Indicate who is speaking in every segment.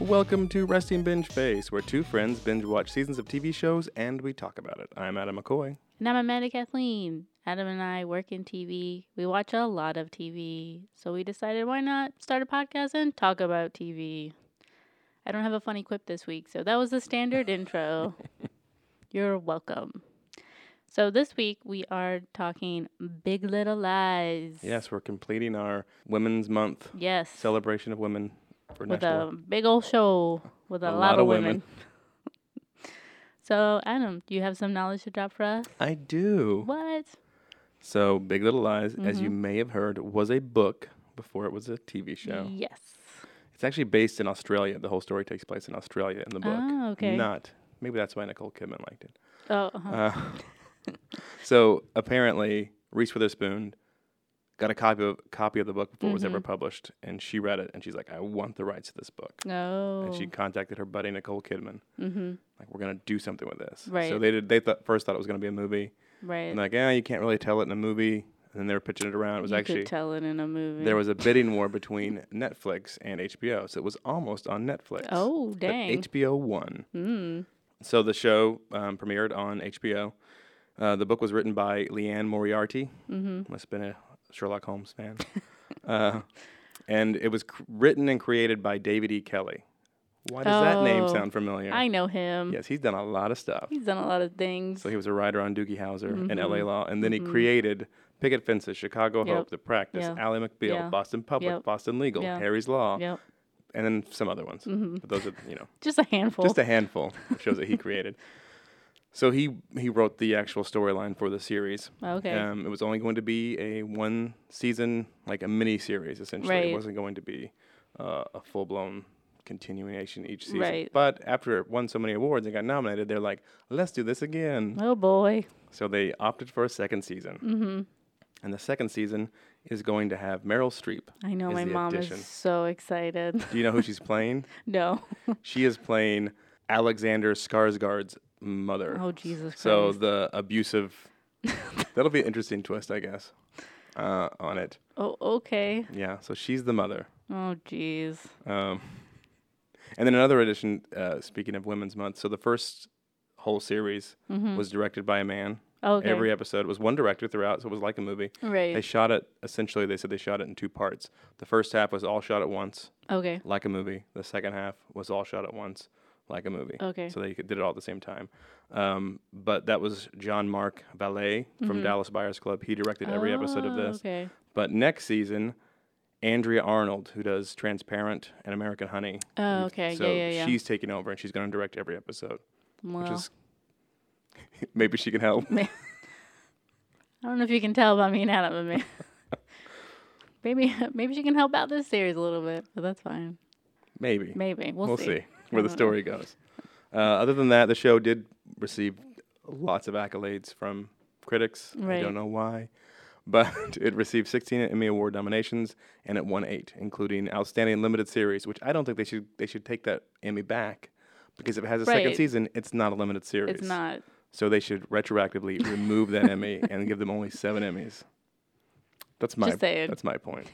Speaker 1: welcome to Resting Binge Face, where two friends binge watch seasons of TV shows and we talk about it. I'm Adam McCoy.
Speaker 2: And I'm Amanda Kathleen. Adam and I work in TV. We watch a lot of TV. So we decided why not start a podcast and talk about TV. I don't have a funny quip this week, so that was the standard intro. You're welcome. So this week we are talking Big Little Lies.
Speaker 1: Yes, we're completing our Women's Month
Speaker 2: Yes.
Speaker 1: celebration of women for
Speaker 2: with
Speaker 1: National.
Speaker 2: a big old show with a, lot, of women. so Adam, do you have some knowledge to drop for us?
Speaker 1: I do.
Speaker 2: What? Mm-hmm.
Speaker 1: So, Big Little Lies, as you may have heard, was a book before it was a TV show.
Speaker 2: Yes.
Speaker 1: It's actually based in Australia. The whole story takes place in Australia in the book.
Speaker 2: Ah, okay.
Speaker 1: Not. Maybe that's why Nicole Kidman liked it.
Speaker 2: Oh, uh-huh.
Speaker 1: Uh, so apparently, Reese Witherspoon got a copy of copy of the book before it was ever
Speaker 2: Mm-hmm.
Speaker 1: published, and she read it, and she's like, "I want the rights to this book."
Speaker 2: no.
Speaker 1: And she contacted her buddy Nicole Kidman,
Speaker 2: Oh, mm-hmm.
Speaker 1: like, "We're gonna do something with this." So
Speaker 2: Right.
Speaker 1: they did. They thought first thought it was gonna be a movie,
Speaker 2: Right.
Speaker 1: and like, "Yeah, you can't really tell it in a movie." And then they were pitching it around. It was
Speaker 2: you
Speaker 1: actually
Speaker 2: could tell it in a movie.
Speaker 1: there was a bidding war between Netflix and HBO, so it was almost on Netflix.
Speaker 2: oh
Speaker 1: but
Speaker 2: dang.
Speaker 1: HBO won.
Speaker 2: mm.
Speaker 1: So the show um, premiered on HBO. Uh, the book was written by Leanne Moriarty.
Speaker 2: Mm-hmm.
Speaker 1: Must have been a Sherlock Holmes fan. uh, and it was cr- written and created by David E. Kelly. Why does that name
Speaker 2: Oh,
Speaker 1: sound familiar?
Speaker 2: I know him.
Speaker 1: yes, he's done a lot of stuff.
Speaker 2: He's done a lot of things.
Speaker 1: So he was a writer on Doogie Howser and
Speaker 2: Mhm.
Speaker 1: L.A. Law, and then he created Picket Fences, Chicago
Speaker 2: Yep.
Speaker 1: Hope, The Practice,
Speaker 2: Yeah.
Speaker 1: Ally McBeal,
Speaker 2: Yeah.
Speaker 1: Boston Public,
Speaker 2: Yep.
Speaker 1: Boston Legal,
Speaker 2: Yeah.
Speaker 1: Harry's Law,
Speaker 2: yep.
Speaker 1: and then some other ones.
Speaker 2: Mhm.
Speaker 1: But those are, you know,
Speaker 2: Just a handful.
Speaker 1: just a handful of shows that he created. So he he wrote the actual storyline for the series.
Speaker 2: okay.
Speaker 1: Um, it was only going to be a one season, like a mini series, essentially. It
Speaker 2: Right.
Speaker 1: wasn't going to be uh, a full blown continuation each season.
Speaker 2: Right.
Speaker 1: But after it won so many awards and got nominated, they're like, let's do this again.
Speaker 2: Oh boy.
Speaker 1: So they opted for a second season.
Speaker 2: Mm-hmm.
Speaker 1: And the second season is going to have Meryl Streep.
Speaker 2: I know
Speaker 1: Is
Speaker 2: my
Speaker 1: the
Speaker 2: mom
Speaker 1: addition.
Speaker 2: is so excited.
Speaker 1: Do you know who she's playing?
Speaker 2: no.
Speaker 1: She is playing Alexander Skarsgård's mother.
Speaker 2: Oh Jesus Christ.
Speaker 1: So the abusive. that'll be an interesting twist, I guess, uh, on it.
Speaker 2: oh okay.
Speaker 1: Yeah. So she's the mother.
Speaker 2: Oh jeez.
Speaker 1: Um, and then another edition. Uh, speaking of Women's Month, so the first whole series
Speaker 2: Mhm.
Speaker 1: was directed by a man.
Speaker 2: Okay.
Speaker 1: Every episode was one director throughout, so it was like a movie. They
Speaker 2: right.
Speaker 1: shot it essentially. They said they shot it in two parts. The first half was all shot at once,
Speaker 2: okay.
Speaker 1: like a movie. The second half was all shot at once, like a movie.
Speaker 2: Okay.
Speaker 1: So they could- did it all at the same time. Um, but that was John Mark Valet from
Speaker 2: Mm-hmm.
Speaker 1: Dallas Buyers Club. He directed every episode of
Speaker 2: Oh,
Speaker 1: this.
Speaker 2: Okay.
Speaker 1: But next season, Andrea Arnold, who does Transparent and American Honey.
Speaker 2: Oh,
Speaker 1: we've-
Speaker 2: okay.
Speaker 1: So
Speaker 2: yeah, yeah, yeah.
Speaker 1: she's taking over and she's going to direct every episode,
Speaker 2: well,
Speaker 1: which is maybe she can help.
Speaker 2: I don't know if you can tell by me and Adam, but maybe maybe she can help out this series a little bit, but that's fine.
Speaker 1: Maybe.
Speaker 2: Maybe we'll,
Speaker 1: We'll
Speaker 2: see.
Speaker 1: see where the
Speaker 2: I don't know.
Speaker 1: story goes. Uh, other than that, the show did receive lots of accolades from critics. I
Speaker 2: Right.
Speaker 1: don't know why, but it received 16 Emmy Award nominations and it won eight, including Outstanding Limited Series, which I don't think they should they should take that Emmy back because if it has a second
Speaker 2: Right.
Speaker 1: season, it's not a limited series.
Speaker 2: It's not.
Speaker 1: So they should retroactively remove that Emmy and give them only seven Emmys. That's my
Speaker 2: Just saying.
Speaker 1: that's my point.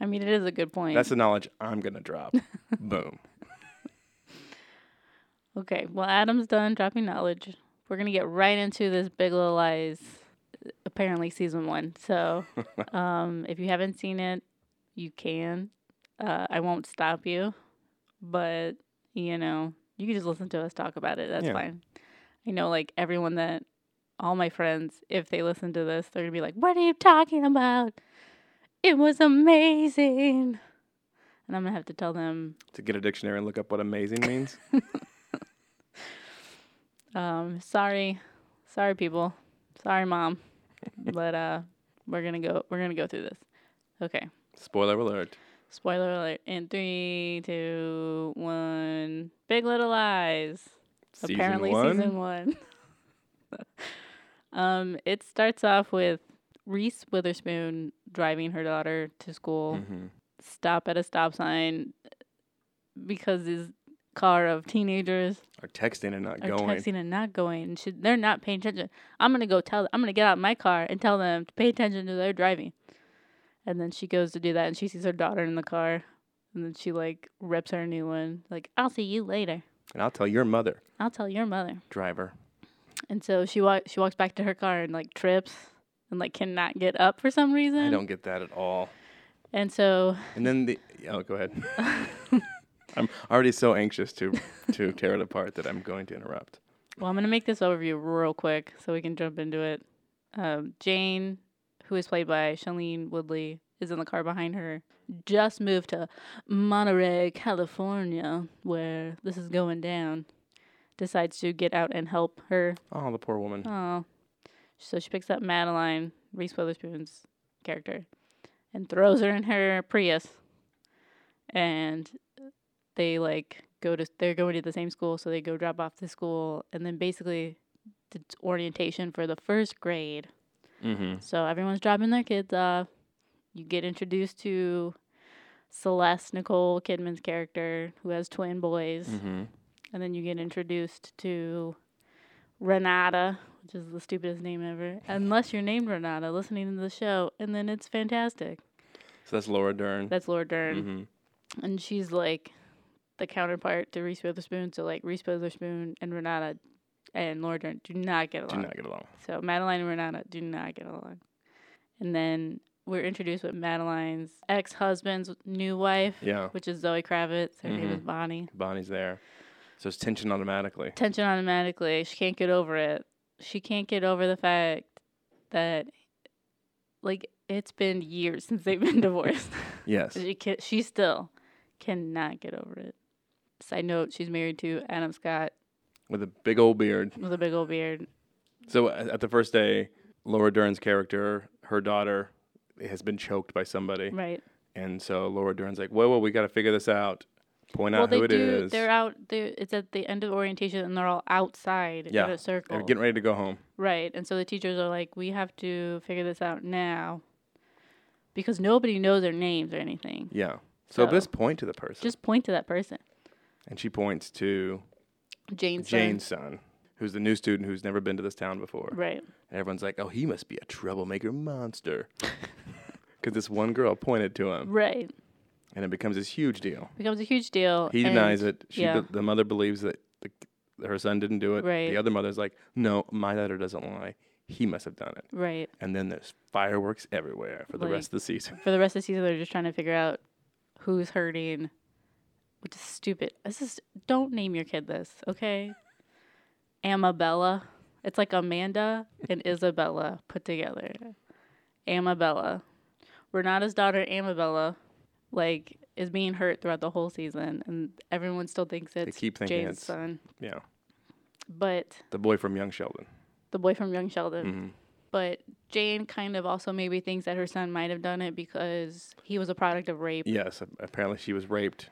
Speaker 2: I mean, it is a good point.
Speaker 1: That's the knowledge I'm gonna drop. Boom.
Speaker 2: okay. Well, Adam's done dropping knowledge. We're gonna get right into this Big Little Lies, apparently season one. So, um, if you haven't seen it, you can. Uh, I won't stop you, but you know, you can just listen to us talk about it. That's
Speaker 1: Yeah.
Speaker 2: fine. I know, like everyone that, all my friends, if they listen to this, they're gonna be like, "What are you talking about? It was amazing." And I'm gonna have to tell them
Speaker 1: To get a dictionary and look up what amazing means.
Speaker 2: Um, sorry, sorry, people. Sorry, mom. but uh, we're gonna go. We're gonna go through this. Okay.
Speaker 1: Spoiler alert.
Speaker 2: Spoiler alert. In three, two, one. Big Little Lies.
Speaker 1: Season
Speaker 2: Apparently,
Speaker 1: one.
Speaker 2: season one. um, it starts off with Reese Witherspoon driving her daughter to school.
Speaker 1: Mhm.
Speaker 2: Stop at a stop sign uh, because this car of teenagers
Speaker 1: Are texting and not
Speaker 2: are
Speaker 1: going.
Speaker 2: texting and not going. and Should, they're not paying attention. I'm gonna go tell. I'm gonna get out of my car and tell them to pay attention to their driving. And then she goes to do that, and she sees her daughter in the car, And then she like rips her new one. Like, I'll see you later.
Speaker 1: And I'll tell your mother,
Speaker 2: I'll tell your mother.
Speaker 1: driver.
Speaker 2: And so she wa- she walks back to her car and like trips and like cannot get up for some reason.
Speaker 1: I don't get that at all.
Speaker 2: And so
Speaker 1: And then the oh, go ahead. I'm already so anxious to to tear it apart that I'm going to interrupt.
Speaker 2: Well, I'm going to make this overview real quick so we can jump into it. Um, Jane, who is played by Shalene Woodley, is in the car behind her. Just moved to Monterey, California, where this is going down. Decides to get out and help her.
Speaker 1: Oh, the poor woman.
Speaker 2: Oh. So she picks up Madeline, Reese Witherspoon's character, and throws her in her Prius. And they like go to they're going to the same school, so they go drop off to school and then basically it's orientation for the first grade.
Speaker 1: Mm-hmm.
Speaker 2: So everyone's dropping their kids off. You get introduced to Celeste Nicole Kidman's character, who has twin boys.
Speaker 1: Mm-hmm.
Speaker 2: And then you get introduced to Renata, which is the stupidest name ever. Unless you're named Renata, listening to the show, and then it's fantastic.
Speaker 1: So that's Laura Dern.
Speaker 2: That's Laura Dern.
Speaker 1: mm-hmm.
Speaker 2: And she's like the counterpart to Reese Witherspoon. So, like, Reese Witherspoon and Renata and Laura Dern do not get
Speaker 1: Do
Speaker 2: along.
Speaker 1: not get along.
Speaker 2: So, Madeline and Renata do not get along. And then we're introduced with Madeline's ex husband's new wife,
Speaker 1: Yeah,
Speaker 2: which is Zoe Kravitz. Her
Speaker 1: Mm-hmm.
Speaker 2: name is Bonnie.
Speaker 1: Bonnie's there. So it's tension automatically.
Speaker 2: tension automatically. She can't get over it. She can't get over the fact that, like, it's been years since they've been divorced.
Speaker 1: Yes.
Speaker 2: she can, she still cannot get over it. Side note: She's married to Adam Scott
Speaker 1: With a big old beard.
Speaker 2: with a big old beard.
Speaker 1: So a- at the first day, Laura Dern's character, her daughter, has been choked by somebody,
Speaker 2: Right.
Speaker 1: and so Laura Dern's like, "Whoa, whoa, we got to figure this out. Point
Speaker 2: well,
Speaker 1: out who
Speaker 2: they
Speaker 1: it
Speaker 2: do.
Speaker 1: is."
Speaker 2: They're out. They're, it's at the end of orientation, and they're all outside
Speaker 1: Yeah.
Speaker 2: in a
Speaker 1: They're
Speaker 2: circle.
Speaker 1: They're getting ready to go home.
Speaker 2: Right. And so the teachers are like, we have to figure this out now, because nobody knows their names or anything.
Speaker 1: Yeah. So,
Speaker 2: So-
Speaker 1: just point to the person,
Speaker 2: Just point to that person.
Speaker 1: and she points to
Speaker 2: Jane's son.
Speaker 1: Jane's son, who's the new student who's never been to this town before.
Speaker 2: Right.
Speaker 1: And everyone's like, "Oh, he must be a troublemaker monster," because this one girl pointed to him,
Speaker 2: Right.
Speaker 1: and it becomes this huge deal.
Speaker 2: Becomes a huge deal.
Speaker 1: He
Speaker 2: and-
Speaker 1: denies it. She,
Speaker 2: yeah.
Speaker 1: the, the mother believes that the, her son didn't do it.
Speaker 2: Right.
Speaker 1: The other mother's like, "No, my daughter doesn't lie. He must have done it."
Speaker 2: Right.
Speaker 1: And then there's fireworks everywhere for the
Speaker 2: Like-
Speaker 1: rest of the season.
Speaker 2: For the rest of the season, they're just trying to figure out who's hurting, which is stupid. This is don't name your kid this, okay? Amabella. It's like Amanda and Isabella put together. Amabella. Renata's daughter Amabella, like, is being hurt throughout the whole season, and everyone still thinks it's
Speaker 1: keep thinking
Speaker 2: Jane's
Speaker 1: it's-
Speaker 2: son.
Speaker 1: Yeah,
Speaker 2: But
Speaker 1: the boy from Young Sheldon.
Speaker 2: the boy from Young Sheldon.
Speaker 1: hmm
Speaker 2: but Jane kind of also maybe thinks that her son might have done it because he was a product of rape
Speaker 1: Yes, a- apparently she was raped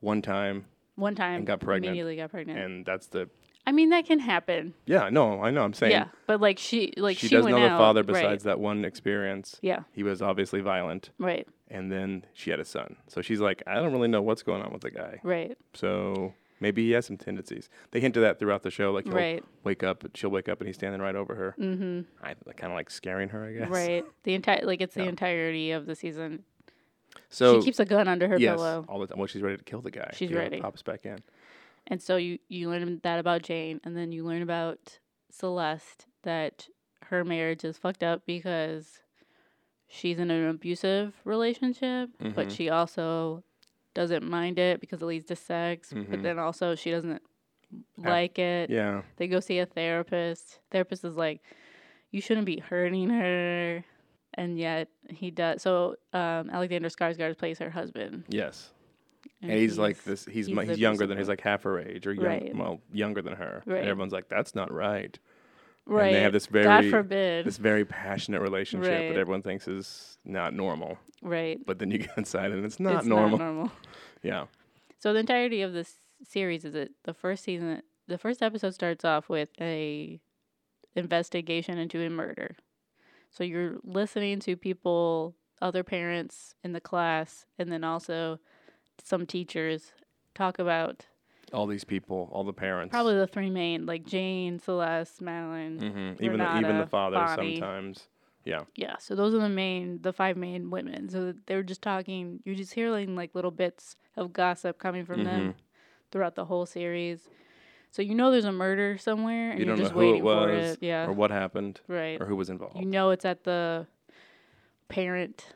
Speaker 1: one time,
Speaker 2: one time
Speaker 1: got pregnant.
Speaker 2: immediately got pregnant.
Speaker 1: and that's the
Speaker 2: I mean that can happen.
Speaker 1: yeah. No, I know. I'm saying
Speaker 2: Yeah, but like she like she,
Speaker 1: she, does
Speaker 2: went
Speaker 1: know the
Speaker 2: out,
Speaker 1: father
Speaker 2: right.
Speaker 1: besides that one experience.
Speaker 2: Yeah,
Speaker 1: He was obviously violent,
Speaker 2: right,
Speaker 1: and then she had a son. So she's like, I don't really know what's going on with the guy.
Speaker 2: right,
Speaker 1: So maybe he has some tendencies. They hint to that throughout the show. Like he'll
Speaker 2: Right.
Speaker 1: wake up, she'll wake up, and he's standing right over her.
Speaker 2: mm-hmm,
Speaker 1: I kind of like scaring her, I guess.
Speaker 2: right. The entire like it's the
Speaker 1: Yeah.
Speaker 2: entirety of the season.
Speaker 1: So
Speaker 2: she keeps a gun under her
Speaker 1: yes,
Speaker 2: pillow,
Speaker 1: all the time. Well, she's ready to kill the guy.
Speaker 2: She's
Speaker 1: You know,
Speaker 2: ready.
Speaker 1: Pops back in.
Speaker 2: and so you you learn that about Jane, and then you learn about Celeste that her marriage is fucked up because she's in an abusive relationship, but
Speaker 1: Mhm.
Speaker 2: she also doesn't mind it because it leads to sex. But
Speaker 1: Mhm.
Speaker 2: then also she doesn't
Speaker 1: Ab-
Speaker 2: like it.
Speaker 1: Yeah.
Speaker 2: They go see a therapist. Therapist is like, you shouldn't be hurting her, and yet he does. So um, Alexander Skarsgård plays her husband,
Speaker 1: Yes. And, he's, like this. He's
Speaker 2: he's
Speaker 1: mu-
Speaker 2: the
Speaker 1: he's, younger than
Speaker 2: abusive
Speaker 1: he's like half her age or young,
Speaker 2: Right.
Speaker 1: well younger than her.
Speaker 2: Right.
Speaker 1: And everyone's like, that's not right.
Speaker 2: right.
Speaker 1: And they have this
Speaker 2: God
Speaker 1: very
Speaker 2: forbid,
Speaker 1: this very passionate relationship
Speaker 2: Right.
Speaker 1: that everyone thinks is not normal.
Speaker 2: right?
Speaker 1: But then you get inside and it's not
Speaker 2: it's
Speaker 1: normal.
Speaker 2: Not normal.
Speaker 1: Yeah.
Speaker 2: So the entirety of this series is it the first season the first episode starts off with a investigation into a murder. So you're listening to people, other parents in the class and then also some teachers talk about
Speaker 1: All these people, all the parents.
Speaker 2: probably the three main like Jane, Celeste, Madeline.
Speaker 1: hmm Even the, even the
Speaker 2: Renata,
Speaker 1: father
Speaker 2: Bonnie.
Speaker 1: sometimes. Yeah.
Speaker 2: Yeah. So those are the main, the five main women. So they're just talking. You're just hearing like little bits of gossip coming from them
Speaker 1: Mm-hmm.
Speaker 2: throughout the whole series. So you know there's a murder somewhere, and
Speaker 1: you
Speaker 2: you are
Speaker 1: don't know
Speaker 2: just
Speaker 1: who
Speaker 2: waiting
Speaker 1: it
Speaker 2: for
Speaker 1: was
Speaker 2: it. Yeah.
Speaker 1: or what happened
Speaker 2: right.
Speaker 1: or who was involved.
Speaker 2: You know it's at the parent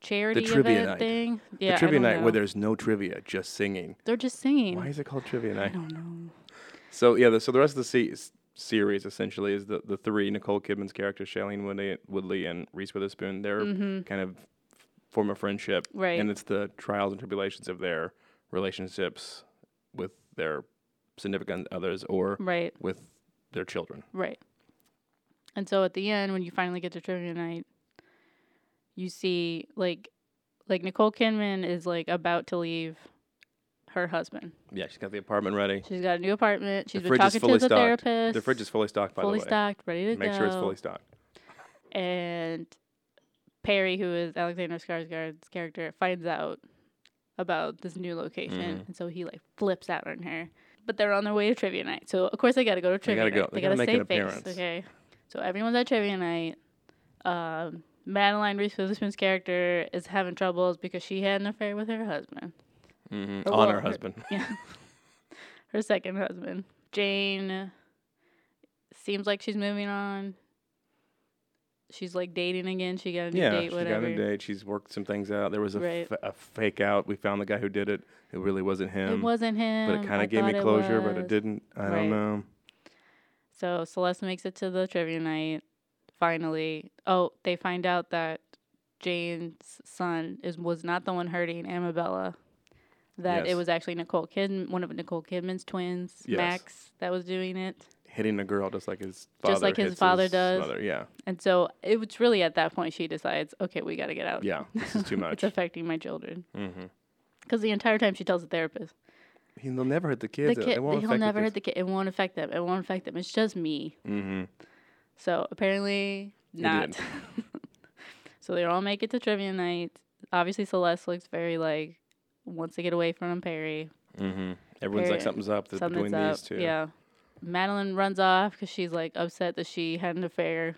Speaker 2: charity
Speaker 1: trivia
Speaker 2: event
Speaker 1: night.
Speaker 2: thing.
Speaker 1: the
Speaker 2: Yeah. I
Speaker 1: trivia
Speaker 2: don't
Speaker 1: night
Speaker 2: know.
Speaker 1: where there's no trivia, just singing.
Speaker 2: they're just singing.
Speaker 1: Why is it called trivia
Speaker 2: I
Speaker 1: night?
Speaker 2: don't know.
Speaker 1: So yeah, the, so the rest of the se- s- series essentially is the the three Nicole Kidman's characters, Shailene Woodley, Woodley and Reese Witherspoon. Their
Speaker 2: Mm-hmm.
Speaker 1: kind of form a friendship,
Speaker 2: Right.
Speaker 1: and it's the trials and tribulations of their relationships with their significant others or
Speaker 2: Right.
Speaker 1: with their children.
Speaker 2: Right. And so at the end, when you finally get to trivia night, you see like like Nicole Kidman is like about to leave her husband.
Speaker 1: Yeah, she's got the apartment ready.
Speaker 2: She's got a new apartment. She's been
Speaker 1: fridge is
Speaker 2: talking to
Speaker 1: fully
Speaker 2: the
Speaker 1: stocked.
Speaker 2: therapist.
Speaker 1: The fridge is fully stocked, by
Speaker 2: fully
Speaker 1: the way.
Speaker 2: stocked, ready to
Speaker 1: Make
Speaker 2: go.
Speaker 1: sure it's fully stocked.
Speaker 2: And Perry, who is Alexander Skarsgård's character, finds out about this new location,
Speaker 1: Mhm.
Speaker 2: and so he like flips out on her. But they're on their way to trivia night, so of course they got to go to
Speaker 1: They
Speaker 2: trivia.
Speaker 1: gotta go.
Speaker 2: night.
Speaker 1: They gotta make an
Speaker 2: save face,
Speaker 1: appearance.
Speaker 2: Okay, so everyone's at trivia night. Um, Madeline Reese Witherspoon's character is having troubles because she had an affair with her husband,
Speaker 1: Mhm.
Speaker 2: Or
Speaker 1: On
Speaker 2: well,
Speaker 1: her
Speaker 2: her-
Speaker 1: husband.
Speaker 2: her second husband. Jane seems like she's moving on. She's like dating again. She got a new
Speaker 1: yeah,
Speaker 2: date.
Speaker 1: she
Speaker 2: Whatever.
Speaker 1: got a date. She's worked some things out. There was a,
Speaker 2: Right.
Speaker 1: f- a fake out. We found the guy who did it. It really wasn't him.
Speaker 2: it wasn't him.
Speaker 1: but it kind
Speaker 2: I
Speaker 1: of gave me
Speaker 2: thought
Speaker 1: closure, but
Speaker 2: was.
Speaker 1: it didn't. I
Speaker 2: Right.
Speaker 1: don't know.
Speaker 2: So Celeste makes it to the trivia night. Finally, oh, they find out that Jane's son is was not the one hurting Amabella. That it
Speaker 1: Yes.
Speaker 2: was actually Nicole Kidman, one of Nicole Kidman's twins,
Speaker 1: Yes.
Speaker 2: Max, that was doing it.
Speaker 1: Hitting a girl just like his father.
Speaker 2: Just like his
Speaker 1: hits
Speaker 2: father does.
Speaker 1: mother. Yeah,
Speaker 2: And so it was really at that point she decides, okay, we got to get out.
Speaker 1: yeah. This is too much.
Speaker 2: it's affecting my children.
Speaker 1: mm-hmm.
Speaker 2: Because the entire time she tells the therapist,
Speaker 1: He'll never hit the kids.
Speaker 2: the
Speaker 1: It-
Speaker 2: kid,
Speaker 1: it won't
Speaker 2: he'll
Speaker 1: affect
Speaker 2: never
Speaker 1: the
Speaker 2: hurt the kid. It won't affect them. It won't affect them. It's just me.
Speaker 1: Mm-hmm.
Speaker 2: So apparently
Speaker 1: It
Speaker 2: not. so they all make it to trivia night. Obviously Celeste looks very like wants to get away from Perry.
Speaker 1: Mm-hmm. Everyone's like
Speaker 2: Parent-
Speaker 1: something's up th-
Speaker 2: Something's
Speaker 1: between
Speaker 2: up.
Speaker 1: these two.
Speaker 2: Yeah. Madeline runs off because she's like upset that she had an affair.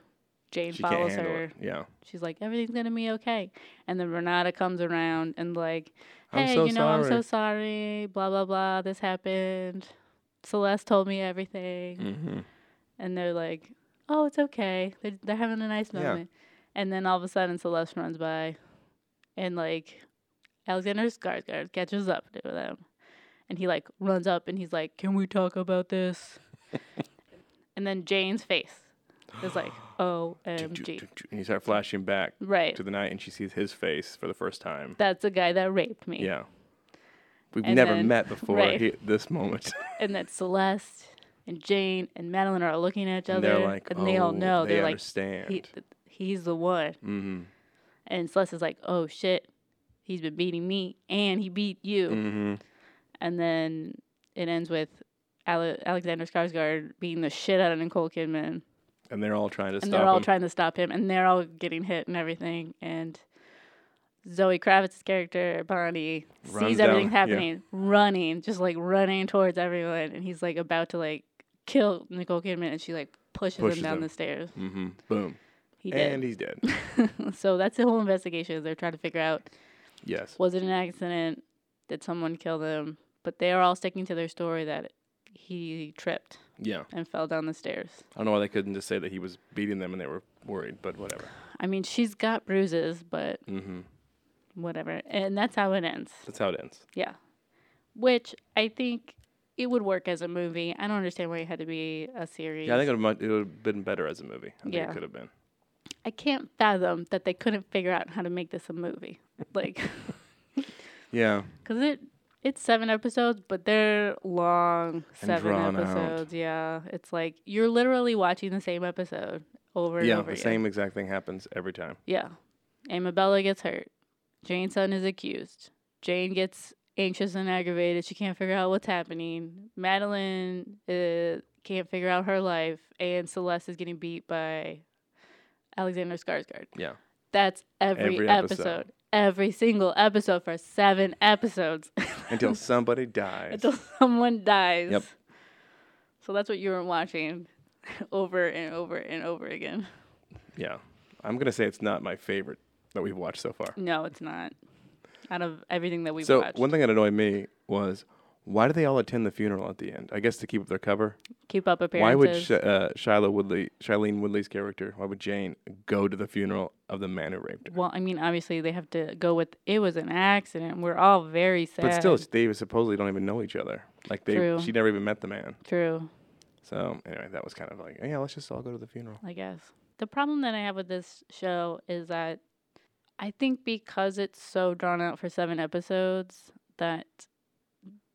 Speaker 2: Jane
Speaker 1: she can't
Speaker 2: follows
Speaker 1: handle
Speaker 2: her.
Speaker 1: it. Yeah,
Speaker 2: She's like, everything's gonna be okay. And then Renata comes around and like,
Speaker 1: I'm
Speaker 2: hey,
Speaker 1: so
Speaker 2: you know, I'm so
Speaker 1: sorry.
Speaker 2: sorry. Blah blah blah. This happened. Celeste told me everything.
Speaker 1: mm-hmm.
Speaker 2: and they're like, "Oh, it's okay. They're they're having a nice
Speaker 1: Yeah.
Speaker 2: moment." And then all of a sudden, Celeste runs by, and like Alexander Skarsgård catches up to them, and he like runs up and he's like, "Can we talk about this?" and then Jane's face is like, "OMG!"
Speaker 1: And you start flashing back
Speaker 2: Right,
Speaker 1: to the night, and she sees his face for the first time.
Speaker 2: that's the guy that raped me.
Speaker 1: Yeah, we've
Speaker 2: And
Speaker 1: never
Speaker 2: then-
Speaker 1: met before.
Speaker 2: right.
Speaker 1: He, this moment,
Speaker 2: And that Celeste and Jane and Madeline are looking at each
Speaker 1: and
Speaker 2: other,
Speaker 1: they're like,
Speaker 2: and they all
Speaker 1: "Oh,
Speaker 2: know.
Speaker 1: They
Speaker 2: are
Speaker 1: understand.
Speaker 2: like, he, th- "He's the one."
Speaker 1: mm-hmm.
Speaker 2: And Celeste is like, oh shit, he's been beating me and he beat you.
Speaker 1: Mm-hmm.
Speaker 2: And then it ends with Ale- Alexander Skarsgård beating the shit out of Nicole Kidman.
Speaker 1: And they're all trying to
Speaker 2: and
Speaker 1: stop
Speaker 2: they're all
Speaker 1: him.
Speaker 2: trying to stop him and they're all getting hit and everything. And Zoe Kravitz's character, Bonnie,
Speaker 1: Runs
Speaker 2: sees
Speaker 1: down-
Speaker 2: everything
Speaker 1: yeah.
Speaker 2: happening, running, just like running towards everyone. And he's like about to like kill Nicole Kidman and she like pushes,
Speaker 1: Pushes
Speaker 2: him down
Speaker 1: him.
Speaker 2: the stairs.
Speaker 1: mm-hmm. Boom.
Speaker 2: He
Speaker 1: and
Speaker 2: did.
Speaker 1: he's dead.
Speaker 2: so that's the whole investigation. is They're trying to figure out
Speaker 1: Yes.
Speaker 2: was it an accident? Did someone kill them? But they are all sticking to their story that he tripped
Speaker 1: Yeah.
Speaker 2: and fell down the stairs.
Speaker 1: I don't know why they couldn't just say that he was beating them and they were worried, but whatever.
Speaker 2: I mean, she's got bruises, but
Speaker 1: Mm-hmm.
Speaker 2: whatever. And that's how it ends.
Speaker 1: That's how it ends.
Speaker 2: Yeah. Which I think it would work as a movie. I don't understand why it had to be a series.
Speaker 1: Yeah, I think it would, it would have been better as a movie. I think
Speaker 2: Yeah.
Speaker 1: it could have been.
Speaker 2: I can't fathom that they couldn't figure out how to make this a movie. Like,
Speaker 1: Yeah.
Speaker 2: because it. It's seven episodes, but they're long seven
Speaker 1: drawn out.
Speaker 2: episodes. Yeah. It's like you're literally watching the same episode over and
Speaker 1: Yeah,
Speaker 2: over
Speaker 1: the
Speaker 2: again.
Speaker 1: same exact thing happens every time.
Speaker 2: Yeah. Amabella gets hurt. Jane's son is accused. Jane gets anxious and aggravated. She can't figure out what's happening. Madeline uh, can't figure out her life. And Celeste is getting beat by Alexander Skarsgård.
Speaker 1: Yeah.
Speaker 2: That's every,
Speaker 1: Every
Speaker 2: episode.
Speaker 1: episode.
Speaker 2: Every single episode for seven episodes
Speaker 1: Until somebody dies.
Speaker 2: until someone dies.
Speaker 1: Yep.
Speaker 2: So that's what you were watching over and over and over again.
Speaker 1: yeah. I'm gonna say it's not my favorite that we've watched so far.
Speaker 2: No, it's not. Out of everything that we've
Speaker 1: so
Speaker 2: watched,
Speaker 1: one thing that annoyed me was why do they all attend the funeral at the end? I guess to keep up their cover.
Speaker 2: keep up
Speaker 1: Why
Speaker 2: appearances.
Speaker 1: would Sh- uh, Shiloh Woodley, Shailene Woodley's character, why would Jane go to the funeral of the man who raped her?
Speaker 2: well, I mean, obviously they have to go with it was an accident. We're all very sad.
Speaker 1: But still, they supposedly don't even know each other. Like they,
Speaker 2: True.
Speaker 1: she never even met the man.
Speaker 2: true.
Speaker 1: So anyway, that was kind of like, yeah, let's just all go to the funeral.
Speaker 2: I guess. The problem that I have with this show is that I think because it's so drawn out for seven episodes, that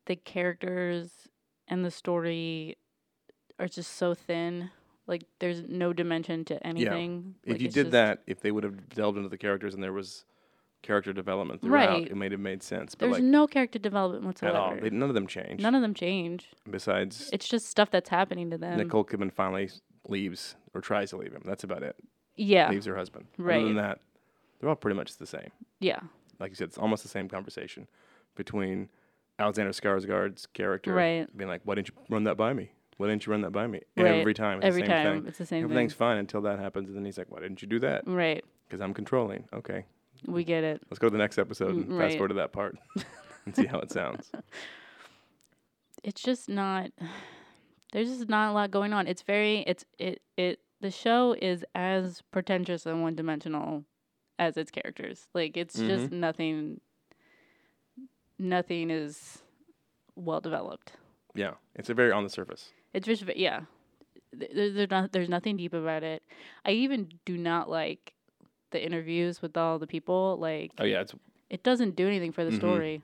Speaker 2: the characters and the story are just so thin. Like there's no dimension to anything.
Speaker 1: If
Speaker 2: Like,
Speaker 1: you
Speaker 2: it's
Speaker 1: did
Speaker 2: just-
Speaker 1: that, if they would have delved into the characters and there was character development throughout,
Speaker 2: Right.
Speaker 1: it might have made sense. But
Speaker 2: there's
Speaker 1: like
Speaker 2: no character development
Speaker 1: at
Speaker 2: whatsoever.
Speaker 1: all, they, none of them changed.
Speaker 2: None of them change.
Speaker 1: Besides,
Speaker 2: It's just stuff that's happening to them.
Speaker 1: Nicole Kidman finally s- leaves or tries to leave him. That's about it.
Speaker 2: yeah.
Speaker 1: Leaves her husband. Other
Speaker 2: Right.
Speaker 1: than that, they're all pretty much the same.
Speaker 2: Yeah.
Speaker 1: Like you said, it's almost the same conversation between Alexander Skarsgård's character
Speaker 2: Right.
Speaker 1: being like, "Why didn't you run that by me? Why didn't you run that by me?" And
Speaker 2: Right.
Speaker 1: Every time, it's
Speaker 2: Every
Speaker 1: the same
Speaker 2: time
Speaker 1: thing.
Speaker 2: it's the same
Speaker 1: Everything's
Speaker 2: thing.
Speaker 1: fine until that happens, and then he's like, "Why didn't you do that?"
Speaker 2: Right.
Speaker 1: Because I'm controlling. Okay,
Speaker 2: We get it.
Speaker 1: Let's go to the next episode and
Speaker 2: right.
Speaker 1: fast forward to that part and see how it sounds.
Speaker 2: it's just not there's just not a lot going on it's very it's it it the show is as pretentious and one dimensional as its characters like it's just nothing nothing is well developed
Speaker 1: Yeah, it's a very on the surface.
Speaker 2: it's just ve- yeah Th- there, there's not there's nothing deep about it i even do not like the interviews with all the people like
Speaker 1: Oh yeah, it's
Speaker 2: it doesn't do anything for the
Speaker 1: Mhm.
Speaker 2: story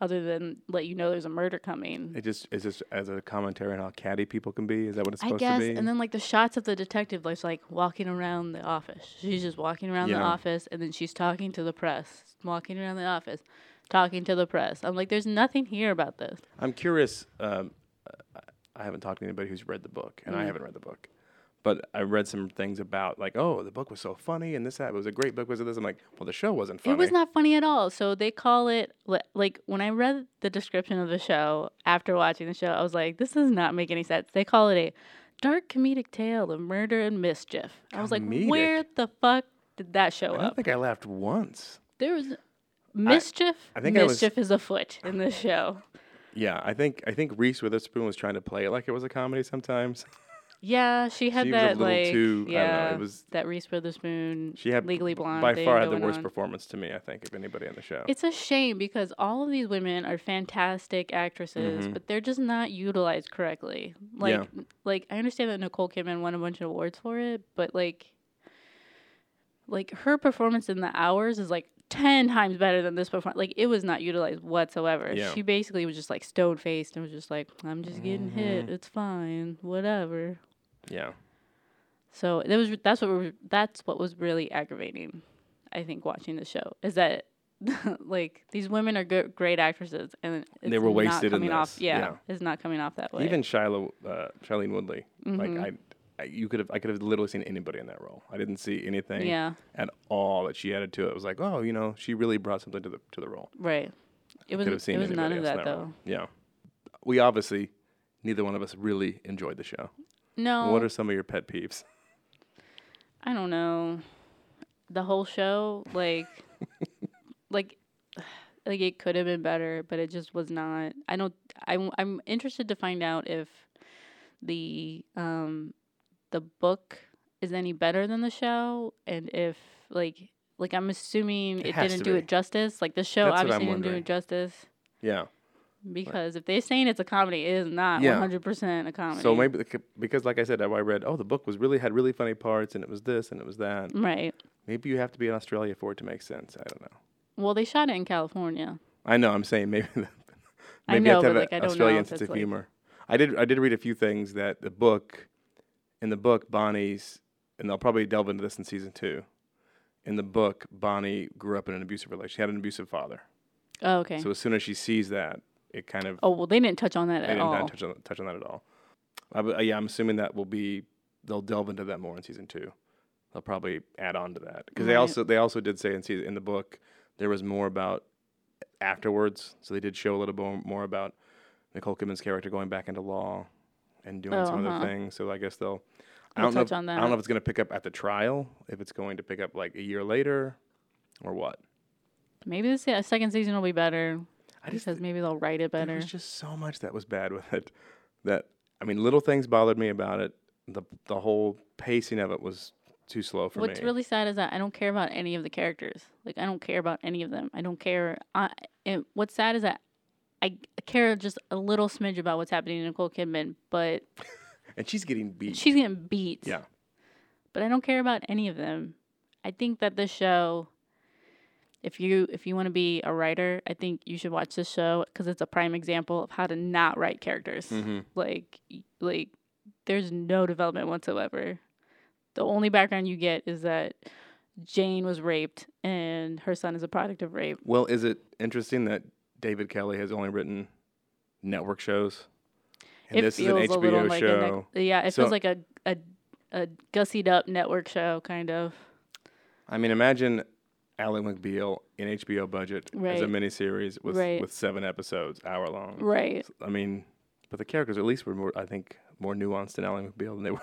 Speaker 2: other than let you know there's a murder coming
Speaker 1: it just is just as a commentary on how catty people can be. Is that what it's
Speaker 2: I
Speaker 1: supposed
Speaker 2: guess,
Speaker 1: to be?
Speaker 2: and then like the shots of the detective, like, like walking around the office. She's just walking around the
Speaker 1: Yeah.
Speaker 2: office, and then she's talking to the press, walking around the office, talking to the press. I'm like, there's nothing here about this.
Speaker 1: I'm curious. Um, I- I haven't talked to anybody who's read the book, and I
Speaker 2: Mm-hmm.
Speaker 1: haven't read the book, but I read some things about like, oh, the book was so funny, and this that it was a great book. Was it this? I'm like, well, the show wasn't funny.
Speaker 2: It was not funny at all. So they call it li- like when I read the description of the show after watching the show, I was like, this does not make any sense. They call it a dark comedic tale of murder and mischief. I was like,
Speaker 1: Comedic?
Speaker 2: where the fuck did that show
Speaker 1: I don't
Speaker 2: up?
Speaker 1: think I laughed once.
Speaker 2: There was mischief.
Speaker 1: I think I was-
Speaker 2: mischief is afoot in this show.
Speaker 1: Yeah, I think I think Reese Witherspoon was trying to play it like it was a comedy sometimes.
Speaker 2: Yeah, she had
Speaker 1: She was a
Speaker 2: that
Speaker 1: little
Speaker 2: like
Speaker 1: too- I don't know,
Speaker 2: yeah,
Speaker 1: it was-
Speaker 2: that Reese Witherspoon
Speaker 1: She had
Speaker 2: Legally Blonde
Speaker 1: by
Speaker 2: thing
Speaker 1: far had the
Speaker 2: going
Speaker 1: worst
Speaker 2: on.
Speaker 1: performance to me. I think of anybody on the show.
Speaker 2: It's a shame because all of these women are fantastic actresses,
Speaker 1: Mm-hmm.
Speaker 2: but they're just not utilized correctly. Like like I understand that Nicole Kidman won a bunch of awards for it, but like like her performance in the hours is like 10 times better than this performance. Like it was not utilized whatsoever.
Speaker 1: Yeah.
Speaker 2: She basically was just like stone faced and was just like, I'm just getting
Speaker 1: Mm-hmm.
Speaker 2: hit. It's fine. Whatever.
Speaker 1: yeah.
Speaker 2: So that was that's what were, that's what was really aggravating, I think, watching the show is that like these women are good, great actresses and it's
Speaker 1: They were wasted
Speaker 2: not
Speaker 1: in
Speaker 2: coming off.
Speaker 1: this,
Speaker 2: Yeah,
Speaker 1: yeah.
Speaker 2: it's not coming off that way.
Speaker 1: Even Shiloh, uh, Shailene Woodley,
Speaker 2: Mm-hmm.
Speaker 1: like I, I, you could have, I could have literally seen anybody in that role. I didn't see anything
Speaker 2: Yeah.
Speaker 1: at all that she added to it. It was like, oh, you know, she really brought something to the to the role.
Speaker 2: right. It was
Speaker 1: Could have seen
Speaker 2: it was
Speaker 1: anybody
Speaker 2: none of
Speaker 1: else in
Speaker 2: that
Speaker 1: role.
Speaker 2: though.
Speaker 1: Yeah, we obviously neither one of us really enjoyed the show.
Speaker 2: No,
Speaker 1: What are some of your pet peeves?
Speaker 2: I don't know. The whole show, like, like, like it could have been better, but it just was not. I don't. I'm I'm interested to find out if the um the book is any better than the show, and if like like I'm assuming
Speaker 1: It
Speaker 2: it,
Speaker 1: has
Speaker 2: didn't
Speaker 1: to
Speaker 2: do
Speaker 1: be.
Speaker 2: it justice. Like the show
Speaker 1: That's what
Speaker 2: obviously
Speaker 1: I'm
Speaker 2: didn't do
Speaker 1: wondering.
Speaker 2: it justice
Speaker 1: Yeah,
Speaker 2: because if they're saying it's a comedy, it is not
Speaker 1: Yeah.
Speaker 2: 100 percent a comedy.
Speaker 1: so maybe the- because, like I said, I read, oh, the book was really had really funny parts, and it was this and it was that.
Speaker 2: right.
Speaker 1: Maybe you have to be in Australia for it to make sense. I don't know.
Speaker 2: Well, they shot it in California.
Speaker 1: I know. I'm saying maybe. maybe
Speaker 2: I
Speaker 1: you have
Speaker 2: know,
Speaker 1: to have an
Speaker 2: but, like, I don't know
Speaker 1: Australian
Speaker 2: if
Speaker 1: sense
Speaker 2: it's,
Speaker 1: of
Speaker 2: like-
Speaker 1: humor. I did. I did read a few things that the book, in the book, Bonnie's, and they'll probably delve into this in season two. In the book, Bonnie grew up in an abusive relationship. She had an abusive father.
Speaker 2: Oh, okay.
Speaker 1: So as soon as she sees that, it kind of
Speaker 2: oh well, they didn't touch on that
Speaker 1: they
Speaker 2: at
Speaker 1: didn't
Speaker 2: all.
Speaker 1: touch on touch on that at all. I, bu- yeah, I'm assuming that will be they'll delve into that more in season two. They'll probably add on to that because they
Speaker 2: Right.
Speaker 1: also they also did say in season in the book there was more about afterwards. So they did show a little bit more about Nicole Kidman's character going back into law and doing
Speaker 2: Oh,
Speaker 1: some other
Speaker 2: uh-huh.
Speaker 1: things. So I guess they'll. I
Speaker 2: We'll
Speaker 1: don't know
Speaker 2: touch
Speaker 1: if-
Speaker 2: on that.
Speaker 1: I don't know if it's going to pick up at the trial, if it's going to pick up like a year later, or what.
Speaker 2: Maybe the se- second season will be better
Speaker 1: I just
Speaker 2: because maybe they'll write it
Speaker 1: There
Speaker 2: better.
Speaker 1: was just so much that was bad with it. That I mean, little things bothered me about it. The the whole pacing of it was too slow for
Speaker 2: What's
Speaker 1: me.
Speaker 2: really sad is that I don't care about any of the characters. Like I don't care about any of them. I don't care. I, and what's sad is that I g- care just a little smidge about what's happening to Nicole Kidman, but
Speaker 1: and she's getting beat.
Speaker 2: she's getting beat.
Speaker 1: Yeah.
Speaker 2: But I don't care about any of them. I think that this show, if you if you want to be a writer, I think you should watch this show because it's a prime example of how to not write characters.
Speaker 1: mm-hmm.
Speaker 2: Like y- like there's no development whatsoever. The only background you get is that Jane was raped and her son is a product of rape.
Speaker 1: Well, is it interesting that David Kelly has only written network shows? And
Speaker 2: it
Speaker 1: this is
Speaker 2: feels
Speaker 1: an
Speaker 2: a little
Speaker 1: HBO
Speaker 2: like a
Speaker 1: show.
Speaker 2: nec- yeah, it
Speaker 1: So-
Speaker 2: feels like a, a a gussied up network show kind of.
Speaker 1: I mean, imagine Ally McBeal in HBO budget as a
Speaker 2: Right.
Speaker 1: miniseries with
Speaker 2: Right.
Speaker 1: with seven episodes, hour long.
Speaker 2: Right.
Speaker 1: I mean, but the characters at least were more, I think, more nuanced in Ally McBeal than they were.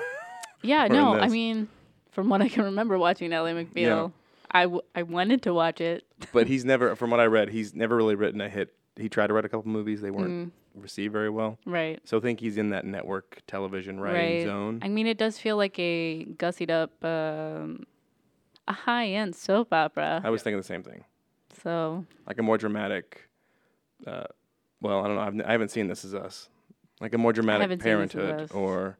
Speaker 2: Yeah,
Speaker 1: in
Speaker 2: no, I
Speaker 1: this.
Speaker 2: mean, from what I can remember watching Ellie McBeal, I I, w- I wanted to watch it.
Speaker 1: but he's never, from what I read, he's never really written a hit. He tried to write a couple movies, they
Speaker 2: Mm.
Speaker 1: weren't received very well.
Speaker 2: Right.
Speaker 1: So I think he's in that network television writing
Speaker 2: Right.
Speaker 1: zone.
Speaker 2: I mean, it does feel like a gussied up, um, a high end soap opera.
Speaker 1: I was thinking the same thing.
Speaker 2: So,
Speaker 1: like a more dramatic. Uh, well, I don't know. I've, n- I haven't seen This Is Us. Like a more dramatic
Speaker 2: haven't seen This Is
Speaker 1: parenthood,
Speaker 2: Us.
Speaker 1: or